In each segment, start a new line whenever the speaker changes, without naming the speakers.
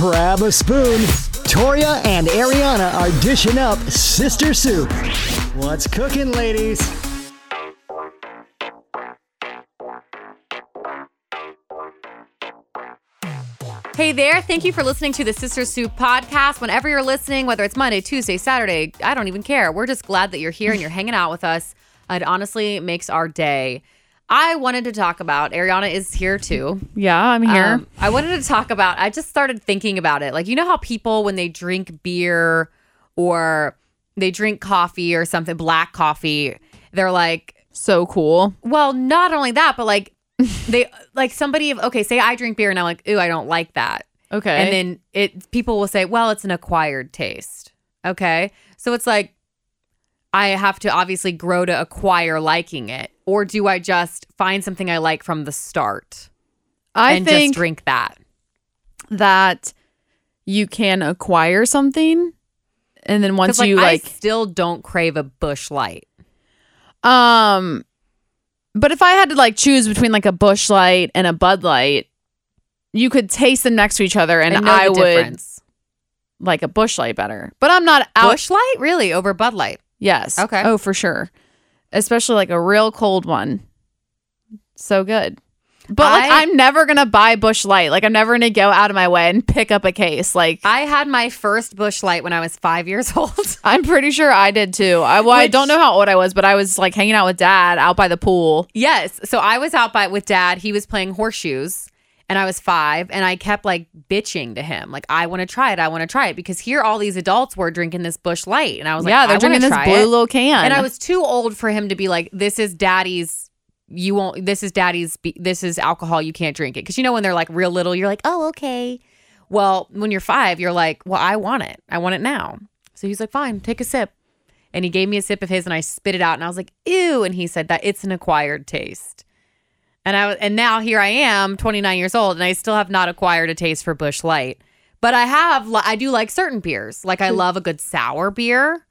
grab a spoon. Toria and Ariana are dishing up sister soup. What's cooking, ladies?
Hey there. Thank you for listening to the Sister Soup podcast. Whenever you're listening, whether it's Monday, Tuesday, Saturday, I don't even care. We're just glad that you're here and you're hanging out with us. It honestly makes our day. I wanted to talk about, Ariana is here too.
Yeah, I'm here.
Um, I wanted to talk about, I just started thinking about it. Like, you know how people, when they drink beer or they drink coffee or something, black coffee, they're like,
so cool.
well, not only that, but like, they like somebody, okay, say I drink beer and I'm like, ooh, I don't like that.
Okay.
And then it people will say, well, it's an acquired taste. Okay. So it's like I have to obviously grow to acquire liking it. Or do I just find something I like from the start
I
and
think
just drink that?
that you can acquire something and then once
Because like,
you like
I still don't crave a bush light.
um but if I had to like choose between like a bush light and a bud light, you could taste them next to each other and
know
I
the
would
difference.
like a bush light better. But I'm not out
Bush light? Really? Over Bud Light.
Yes.
Okay.
Oh, for sure. Especially like a real cold one. So good. But like
I-
I'm never gonna buy Bush Light. Like I'm never gonna go out of my way and pick up a case. Like
I had my first bush light when I was five years old.
I'm pretty sure I did too. I well, I
Which-
don't know how old I was, but I was like hanging out with dad out by the pool.
Yes. So I was out by with dad. He was playing horseshoes and I was five and I kept like bitching to him. Like, I want to try it. I want to try it because here all these adults were drinking this bush light. And I was like,
yeah,
I
they're drinking
wanna try
this blue
it.
little can.
And I was too old for him to be like, this is daddy's. You won't, this is daddy's, be- this is alcohol. You can't drink it. Cause you know, when they're like real little, you're like, oh, okay. Well, when you're five, you're like, well, I want it. I want it now. So he's like, fine, take a sip. And he gave me a sip of his and I spit it out and I was like, ew. And he said that it's an acquired taste. And I was, and now here I am, 29 years old, and I still have not acquired a taste for Bush Light. But I have, li- I do like certain beers. Like I love a good sour beer.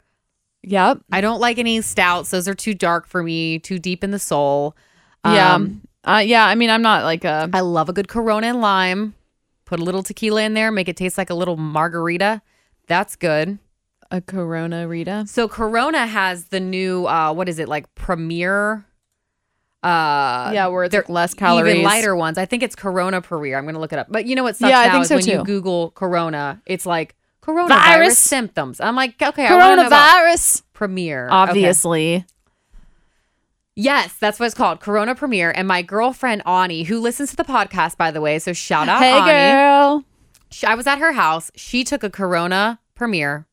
Yep.
I don't like any stouts. Those are too dark for me, too deep in the soul. Um,
yeah. Uh, yeah. I mean, I'm not like a.
I love a good Corona and lime. Put a little tequila in there, make it taste like a little margarita. That's good.
a Corona Rita.
So Corona has the new uh what is it? Like Premier uh
yeah, where it's
they're
like less calories.
Even lighter ones. I think it's Corona Premier. I'm gonna look it up. But you know what sucks
Yeah, I
now
think
is
so
when you
too.
Google Corona, it's like coronavirus
Virus.
symptoms. I'm like, okay, I wanna know about
Coronavirus.
Premier. Okay.
Obviously.
Yes, that's what it's called, Corona Premiere. And my girlfriend Ani, who listens to the podcast, by the way, so shout out
Hey,
Ani.
girl.
She- I was at her house. She took a Corona Premiere.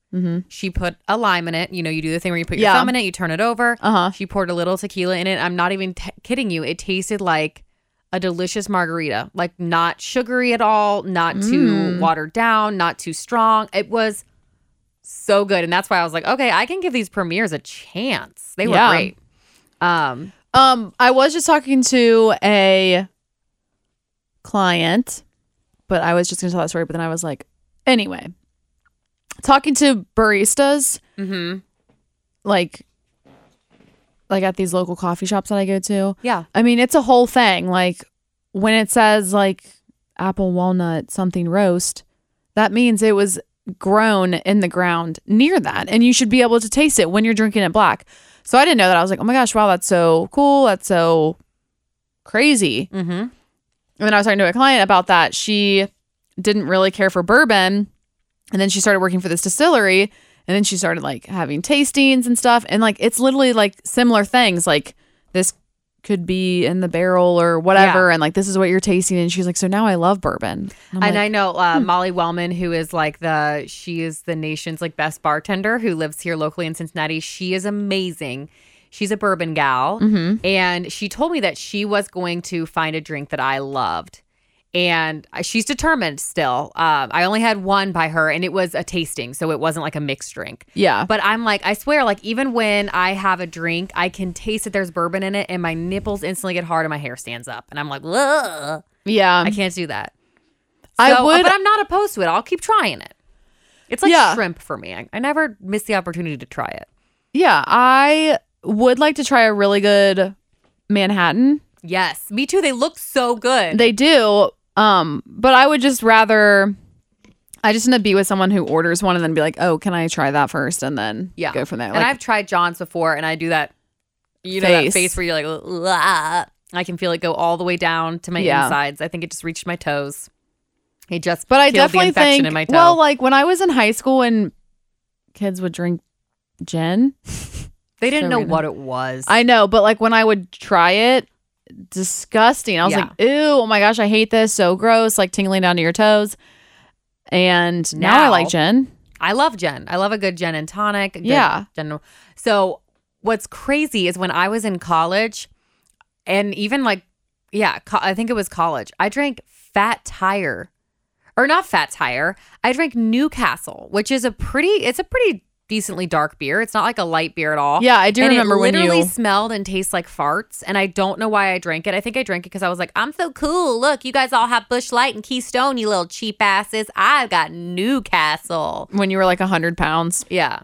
She put a lime in it. You know, you do the thing where you put your
Mm-hmm. Yeah.
thumb in it, you turn it over.
Uh-huh.
She poured a little tequila in it. I'm not even t- kidding you. It tasted like a delicious margarita, like not sugary at all, not
Mm.
too watered down, not too strong. It was so good. And that's why I was like, okay, I can give these premieres a chance. They were
Yeah.
great. Um,
Um, I was just talking to a client, but I was just gonna tell that story, but then I was like, anyway. Talking to baristas,
mhm.
like like at these local coffee shops that I go to.
yeah.
I mean, it's a whole thing. Like when it says like apple walnut something roast, that means it was grown in the ground near that and you should be able to taste it when you're drinking it black. So I didn't know that. I was like, "Oh my gosh, wow, that's so cool. That's so crazy."
Mm-hmm.
And then I was talking to a client about that. She didn't really care for bourbon. And then she started working for this distillery. And then she started like having tastings and stuff. And like it's literally like similar things. Like this could be in the barrel or whatever. And like this is what you're tasting. And she's like, So now I love bourbon.
and
And I'm like, hmm.
I know uh, Molly Wellman, who is like the she is the nation's like best bartender who lives here locally in Cincinnati. She is amazing. She's a bourbon gal,
Mm-hmm.
and she told me that she was going to find a drink that I loved, and I- she's determined still. Um, I only had one by her, and it was a tasting, so it wasn't like a mixed drink.
Yeah.
But I'm like, I swear, like even when I have a drink, I can taste that there's bourbon in it, and my nipples instantly get hard, and my hair stands up, and I'm like, Ugh.
yeah.
I can't do that.
I
So- uh,
would-
but I'm not opposed to it. I'll keep trying it. It's like
Yeah.
shrimp for me. I, I never miss the opportunity to try it.
Yeah. I would like to try a really good Manhattan.
Yes, me too. They look so good.
They do. Um, but I would just rather I just want to be with someone who orders one and then be like, oh, can I try that first? And then
Yeah.
go from there.
and
Like,
I've tried John's before, and I do that. You know
Face.
that face where you're like, "Ugh." I can feel it go all the way down to my
Yeah.
insides. I think it just reached my toes. It just,
but I
killed the
definitely
infection
think,
in my toe.
well, like when I was in high school and kids would drink gin.
they didn't
so
know
random.
what it was.
I know, but like when I would try it, disgusting. I was
Yeah.
like, ew, oh my gosh, I hate this. So gross, like tingling down to your toes. And now, I
Now-
like gin.
I love gin. I love a good gin and tonic. a good
Yeah.
gin- So what's crazy is when I was in college, and even like, yeah, co- I think it was college. I drank Fat Tire, or not Fat Tire. I drank Newcastle, which is a pretty. It's a pretty decently dark beer. It's not like a light beer at all.
Yeah, I do
And
remember
it
when
literally
you.
smelled and tastes like farts, and I don't know why I drank it. I think I drank it because I was like, "I'm so cool. Look, you guys all have Bush Light and Keystone, you little cheap asses. I've got Newcastle."
When you were like 100 pounds
Yeah.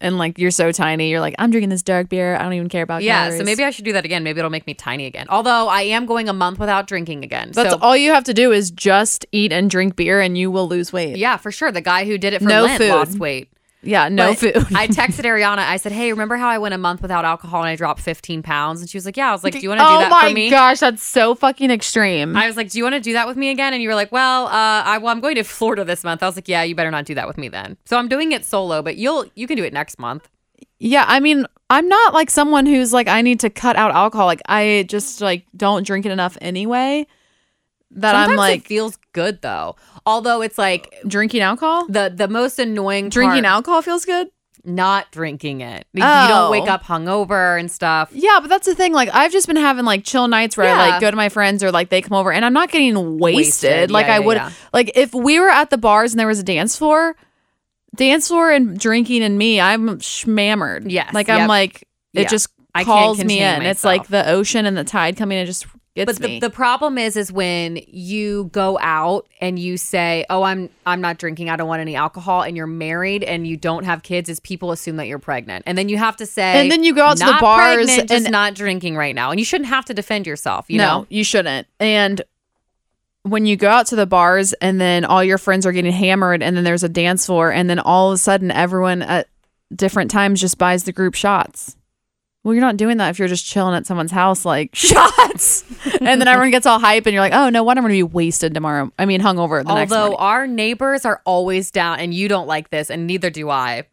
and like you're so tiny, you're like, I'm drinking this dark beer. I don't even care about
Yeah. So
calories."
maybe I should do that again. Maybe it'll make me tiny again. Although I am going a month without drinking again.
That's
so
all you have to do is just eat and drink beer and you will lose weight.
yeah, for sure. The guy who did it for
No
Lent
food.
lost weight.
Yeah, no
But
food.
I texted Ariana. I said, "Hey, remember how I went a month without alcohol and I dropped 15 pounds?" And she was like, "Yeah." I was like, "Do you want to
oh
do that
my
for me?"
gosh, that's so fucking extreme.
I was like, "Do you want to do that with me again?" And you were like, "Well, uh, I well, I'm going to Florida this month." I was like, "Yeah, you better not do that with me then." So I'm doing it solo, but you'll you can do it next month.
yeah, I mean, I'm not like someone who's like I need to cut out alcohol. Like I just like don't drink it enough anyway. That
Sometimes
I'm
it
like
feels good though. Although it's like
drinking alcohol.
the the most annoying
Drinking
part-
alcohol feels good.
not drinking it. You
Oh.
don't wake up hungover and stuff.
Yeah, but that's the thing. Like I've just been having like chill nights where I
Yeah.
like go to my friends or like they come over and I'm not getting wasted.
Wasted.
Like
Yeah,
I
yeah,
would
yeah.
like if we were at the bars and there was a dance floor, dance floor and drinking and me, I'm shmammered.
Yes,
Like I'm
yep.
like it
Yeah.
just
I can't
calls me in.
contain
It's
myself.
like the ocean and the tide coming and just gets
But the,
me.
the problem is is when you go out and you say, "Oh, I'm I'm not drinking. I don't want any alcohol." And you're married and you don't have kids, is people assume that you're pregnant. And then you have to say
And then you go out to the
"Not
bars
pregnant, just
and-
not drinking right now. And you shouldn't have to defend yourself, you
no,
know.
you shouldn't. And when you go out to the bars and then all your friends are getting hammered and then there's a dance floor and then all of a sudden everyone at different times just buys the group shots. Well, you're not doing that if you're just chilling at someone's house like shots. and then everyone gets all hype and you're like, "Oh, no wonder I'm going to be wasted tomorrow. I mean, hungover the next
Although
morning."
our neighbors are always down and you don't like this and neither do I.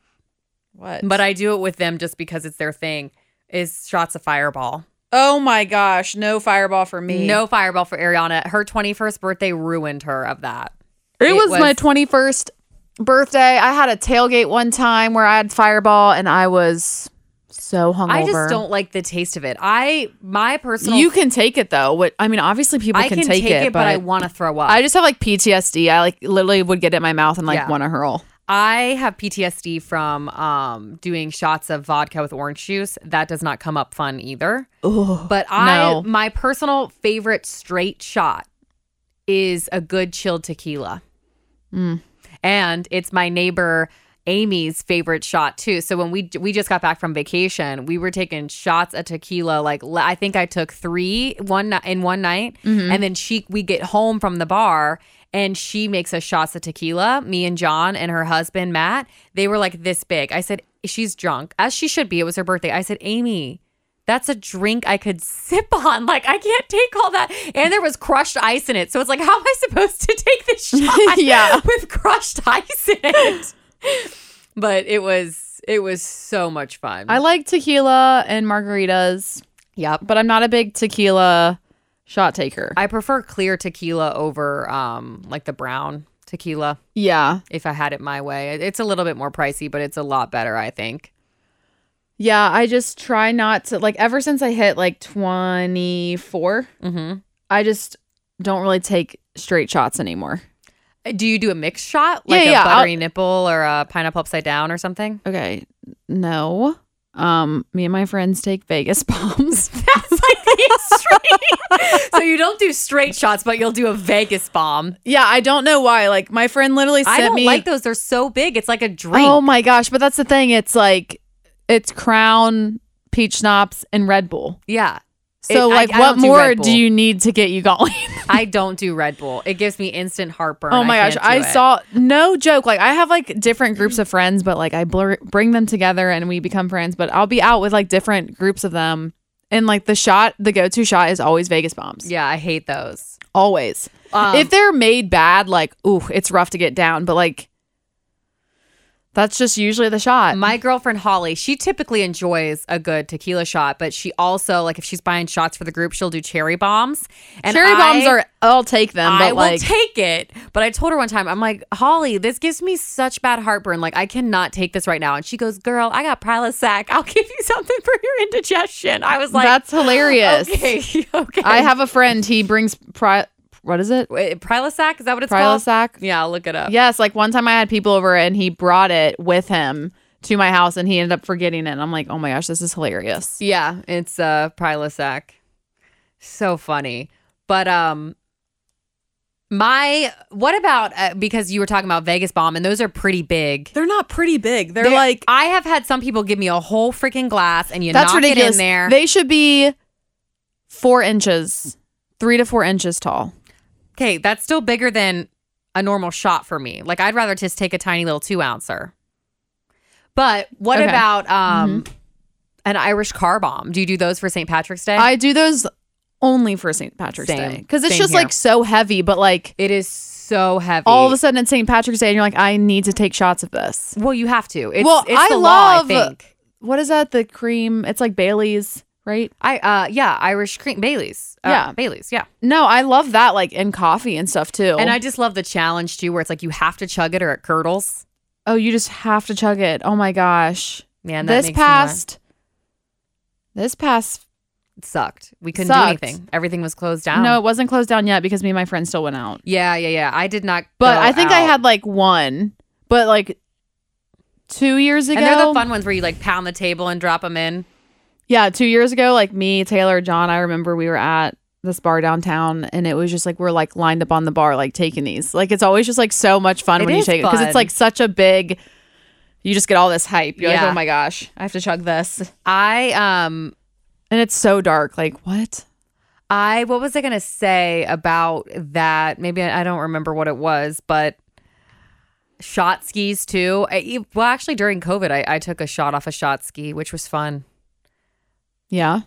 What?
But I do it with them just because it's their thing. Is shots of fireball.
oh my gosh, no fireball for me.
No fireball for Ariana. Her 21st birthday ruined her of that.
It,
It
was, my
was-
21st birthday. I had a tailgate one time where I had Fireball and I was so hungover.
I just don't like the taste of it. I my personal
You can take it though. What I mean, obviously people
I
can, take, it,
but, I want to throw up.
I
I,
just have like PTSD. I like literally would get it in my mouth and like
Yeah.
want to hurl.
have PTSD from um doing shots of vodka with orange juice. That does not come up fun either. but I
no.
my personal favorite straight shot is a good chilled tequila. And it's my neighbor Amy's favorite shot too. So when we we just got back from vacation, we were taking shots of tequila. Like l- I think I took three one ni- in one night, and then she we get home from the bar and she makes us shots of tequila. Me and John and her husband Matt, they were like this big. I said she's drunk as she should be. It was her birthday. I said Amy. That's a drink I could sip on. Like I can't take all that, and there was crushed ice in it. So it's like, how am I supposed to take this shot?
Yeah.
with crushed ice in it. But it was it was so much fun.
I like tequila and margaritas,
yep.
but I'm not a big tequila shot taker.
I prefer clear tequila over um like the brown tequila
yeah.
if I had it my way. It- It's a little bit more pricey, but it's a lot better, I think.
Yeah, I just try not to like ever since I hit like 24,
Mhm.
I just don't really take straight shots anymore.
Uh, Do you do a mixed shot like
Yeah,
a
yeah, I'll-
buttery nipple or a pineapple upside down or something?
Okay. No. Um me and my friends take Vegas bombs.
That's like the extreme. so you don't do straight shots, but you'll do a Vegas bomb.
yeah, I don't know why. Like my friend literally sent
I don't
me
like those. They're so big. It's like a drink.
Oh my gosh, but that's the thing. It's like it's Crown, peach schnapps and Red Bull.
yeah.
So,
It- I-
like,
I
what
don't do
more
Red
do,
Bull.
you need to get you going?
I don't do Red Bull. It gives me instant heartburn.
oh my
I
gosh,
can't do
I
it.
saw no joke. Like, I have like different groups of friends, but like I blur, bring them together and we become friends. But I'll be out with like different groups of them, and like the shot, the go-to shot is always Vegas bombs.
Yeah, I hate those.
always.
Um,
if they're made bad, like, ooh, it's rough to get down. But like, that's just usually the shot.
My girlfriend Holly, she typically enjoys a good tequila shot, but she also like if she's buying shots for the group, she'll do cherry bombs. And
Cherry
I-
bombs are. I'll take them,
I
but
will
like,
take it. But I told her one time, I'm like, Holly, this gives me such bad heartburn. Like, I cannot take this right now. And she goes, Girl, I got Prilosec. I'll give you something for your indigestion. I was like,
that's hilarious.
Okay, okay.
I have a friend. He brings pri- what is it?
Wait, Prilosec. Is that what it's called?
Prilosec.
Yeah, I'll look it up.
Yes, like one time I had people over and he brought it with him to my house and he ended up forgetting it. And I'm like, oh my gosh, this is hilarious.
Yeah, it's uh Prilosec. So funny. But um my what about uh, because you were talking about Vegas bomb and those are pretty big.
They're not pretty big. They're,
They're-
like
I have had some people give me a whole freaking glass and you
That's
knock it
ridiculous.
in there.
They should be four inches, three to four inches tall.
okay, that's still bigger than a normal shot for me. Like I'd rather just take a tiny little two ouncer. But what
Okay. Mm-hmm.
about um an Irish car bomb? Do you do those for St. Patrick's Day?
I do those only for St. Patrick's
Same.
Day because it's
Same
just
here.
like so heavy, but like
it is so heavy.
all of a sudden it's St. Patrick's Day and you're like, I need to take shots of this.
Well, you have to. It's,
Well,
it's
I
the law, I
love-
think.
What is that? The cream? It's like Bailey's, right?
I uh yeah, Irish cream Bailey's. Uh,
Yeah.
Bailey's, yeah.
No, I love that like in coffee and stuff too.
And I just love the challenge too where it's like you have to chug it or it curdles.
Oh, you just have to chug it. Oh my gosh.
Man, that
this
makes me want-
past this past
it sucked. We couldn't
Sucked.
do anything. Everything was closed down.
no, it wasn't closed down yet because me and my friend still went out.
Yeah, yeah, yeah. I did not
But
go
I think I
out.
had like one, but like two years ago.
And they're the fun ones where you like pound the table and drop them in.
Yeah, two years ago, like me, Taylor, John, I remember we were at this bar downtown and it was just like we're like lined up on the bar, like taking these. Like it's always just like so much fun
It
when you
is
take it because
fun.
it's like such a big you just get all this hype. You're
Yeah.
like, oh my gosh, I have to chug this.
I um
And it's so dark. Like, what?
I what was I gonna say about that? Maybe I, I don't remember what it was, but shot skis too. I, e- well, actually, during COVID, I, I took a shot off a shot ski, which was fun.
Yeah.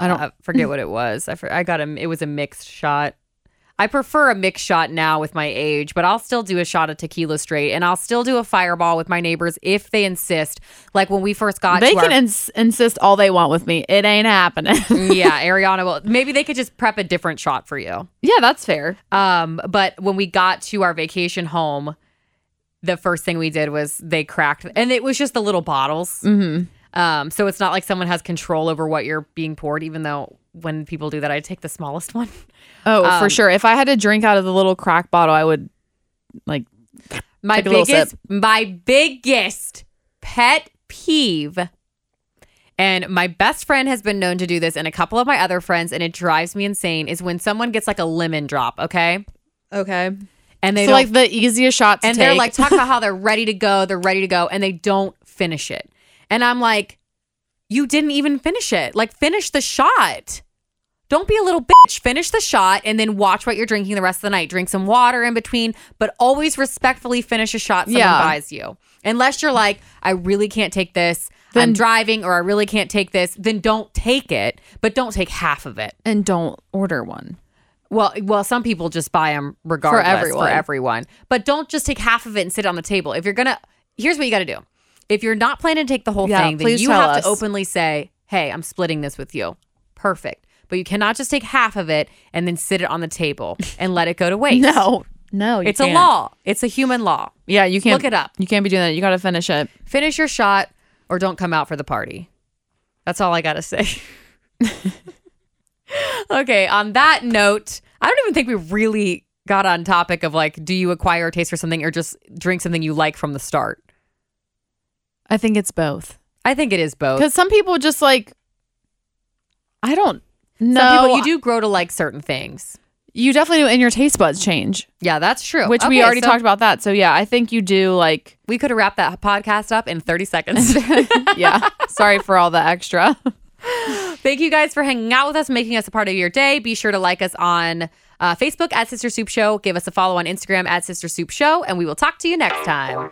I don't
I forget what it was. I for, I got a it was a mixed shot. I prefer a mixed shot now with my age, but I'll still do a shot of tequila straight, and I'll still do a fireball with my neighbors if they insist. Like when we first got,
They
to
can
our-
ins- insist all they want with me. It ain't happening.
yeah, Ariana will. Maybe they could just prep a different shot for you.
yeah, that's fair.
Um, but when we got to our vacation home, the first thing we did was they cracked, and it was just the little bottles.
hmm
Um, so it's not like someone has control over what you're being poured, even though when people do that, I take the smallest one.
Oh,
Um,
for sure. If I had to drink out of the little crack bottle, I would like.
My
Take a little
biggest, my biggest pet peeve, and my best friend has been known to do this, and a couple of my other friends, and it drives me insane, is when someone gets like a lemon drop, okay,
Okay.
and they
So
don't
like the easiest shot to
and
take.
they're like talking about how they're ready to go, they're ready to go, and they don't finish it. And I'm like, you didn't even finish it. Like, finish the shot. Don't be a little bitch. Finish the shot and then watch what you're drinking the rest of the night. Drink some water in between, but always respectfully finish a shot someone
Yeah.
buys you. Unless you're like, I really can't take this. I'm
Then-
driving or I really can't take this, then don't take it, but don't take half of it.
and don't order one.
Well, well, some people just buy them regardless for everyone.
everyone.
But don't just take half of it and sit on the table. If you're gonna, here's what you got to do. If you're not planning to take the whole
Yeah,
thing, then
please
you
tell
have
us.
to openly say, "Hey, I'm splitting this with you." Perfect. But you cannot just take half of it and then sit it on the table and let it go to waste.
No, no, you
it's a
can't.
law. It's a human law.
Yeah, you can't
Look it up.
You can't be doing that. You got to finish it.
Finish your shot or don't come out for the party. That's all I got to say. okay, on that note, I don't even think we really got on topic of like do you acquire a taste for something or just drink something you like from the start?
I think it's both
I think it is both.
because some people just like. I don't know.
Some people you do grow to like certain things.
You definitely do, and your taste buds change,
Yeah, that's true.
which we
Okay,
already
so
talked about that. Oh, So yeah, I think you do like
We could have wrapped that podcast up in 30 seconds.
yeah. Sorry for all the extra.
Thank you guys for hanging out with us, making us a part of your day. Be sure to like us on uh, Facebook at Sister Soup Show. Give us a follow on Instagram at Sister Soup Show, and we will talk to you next time.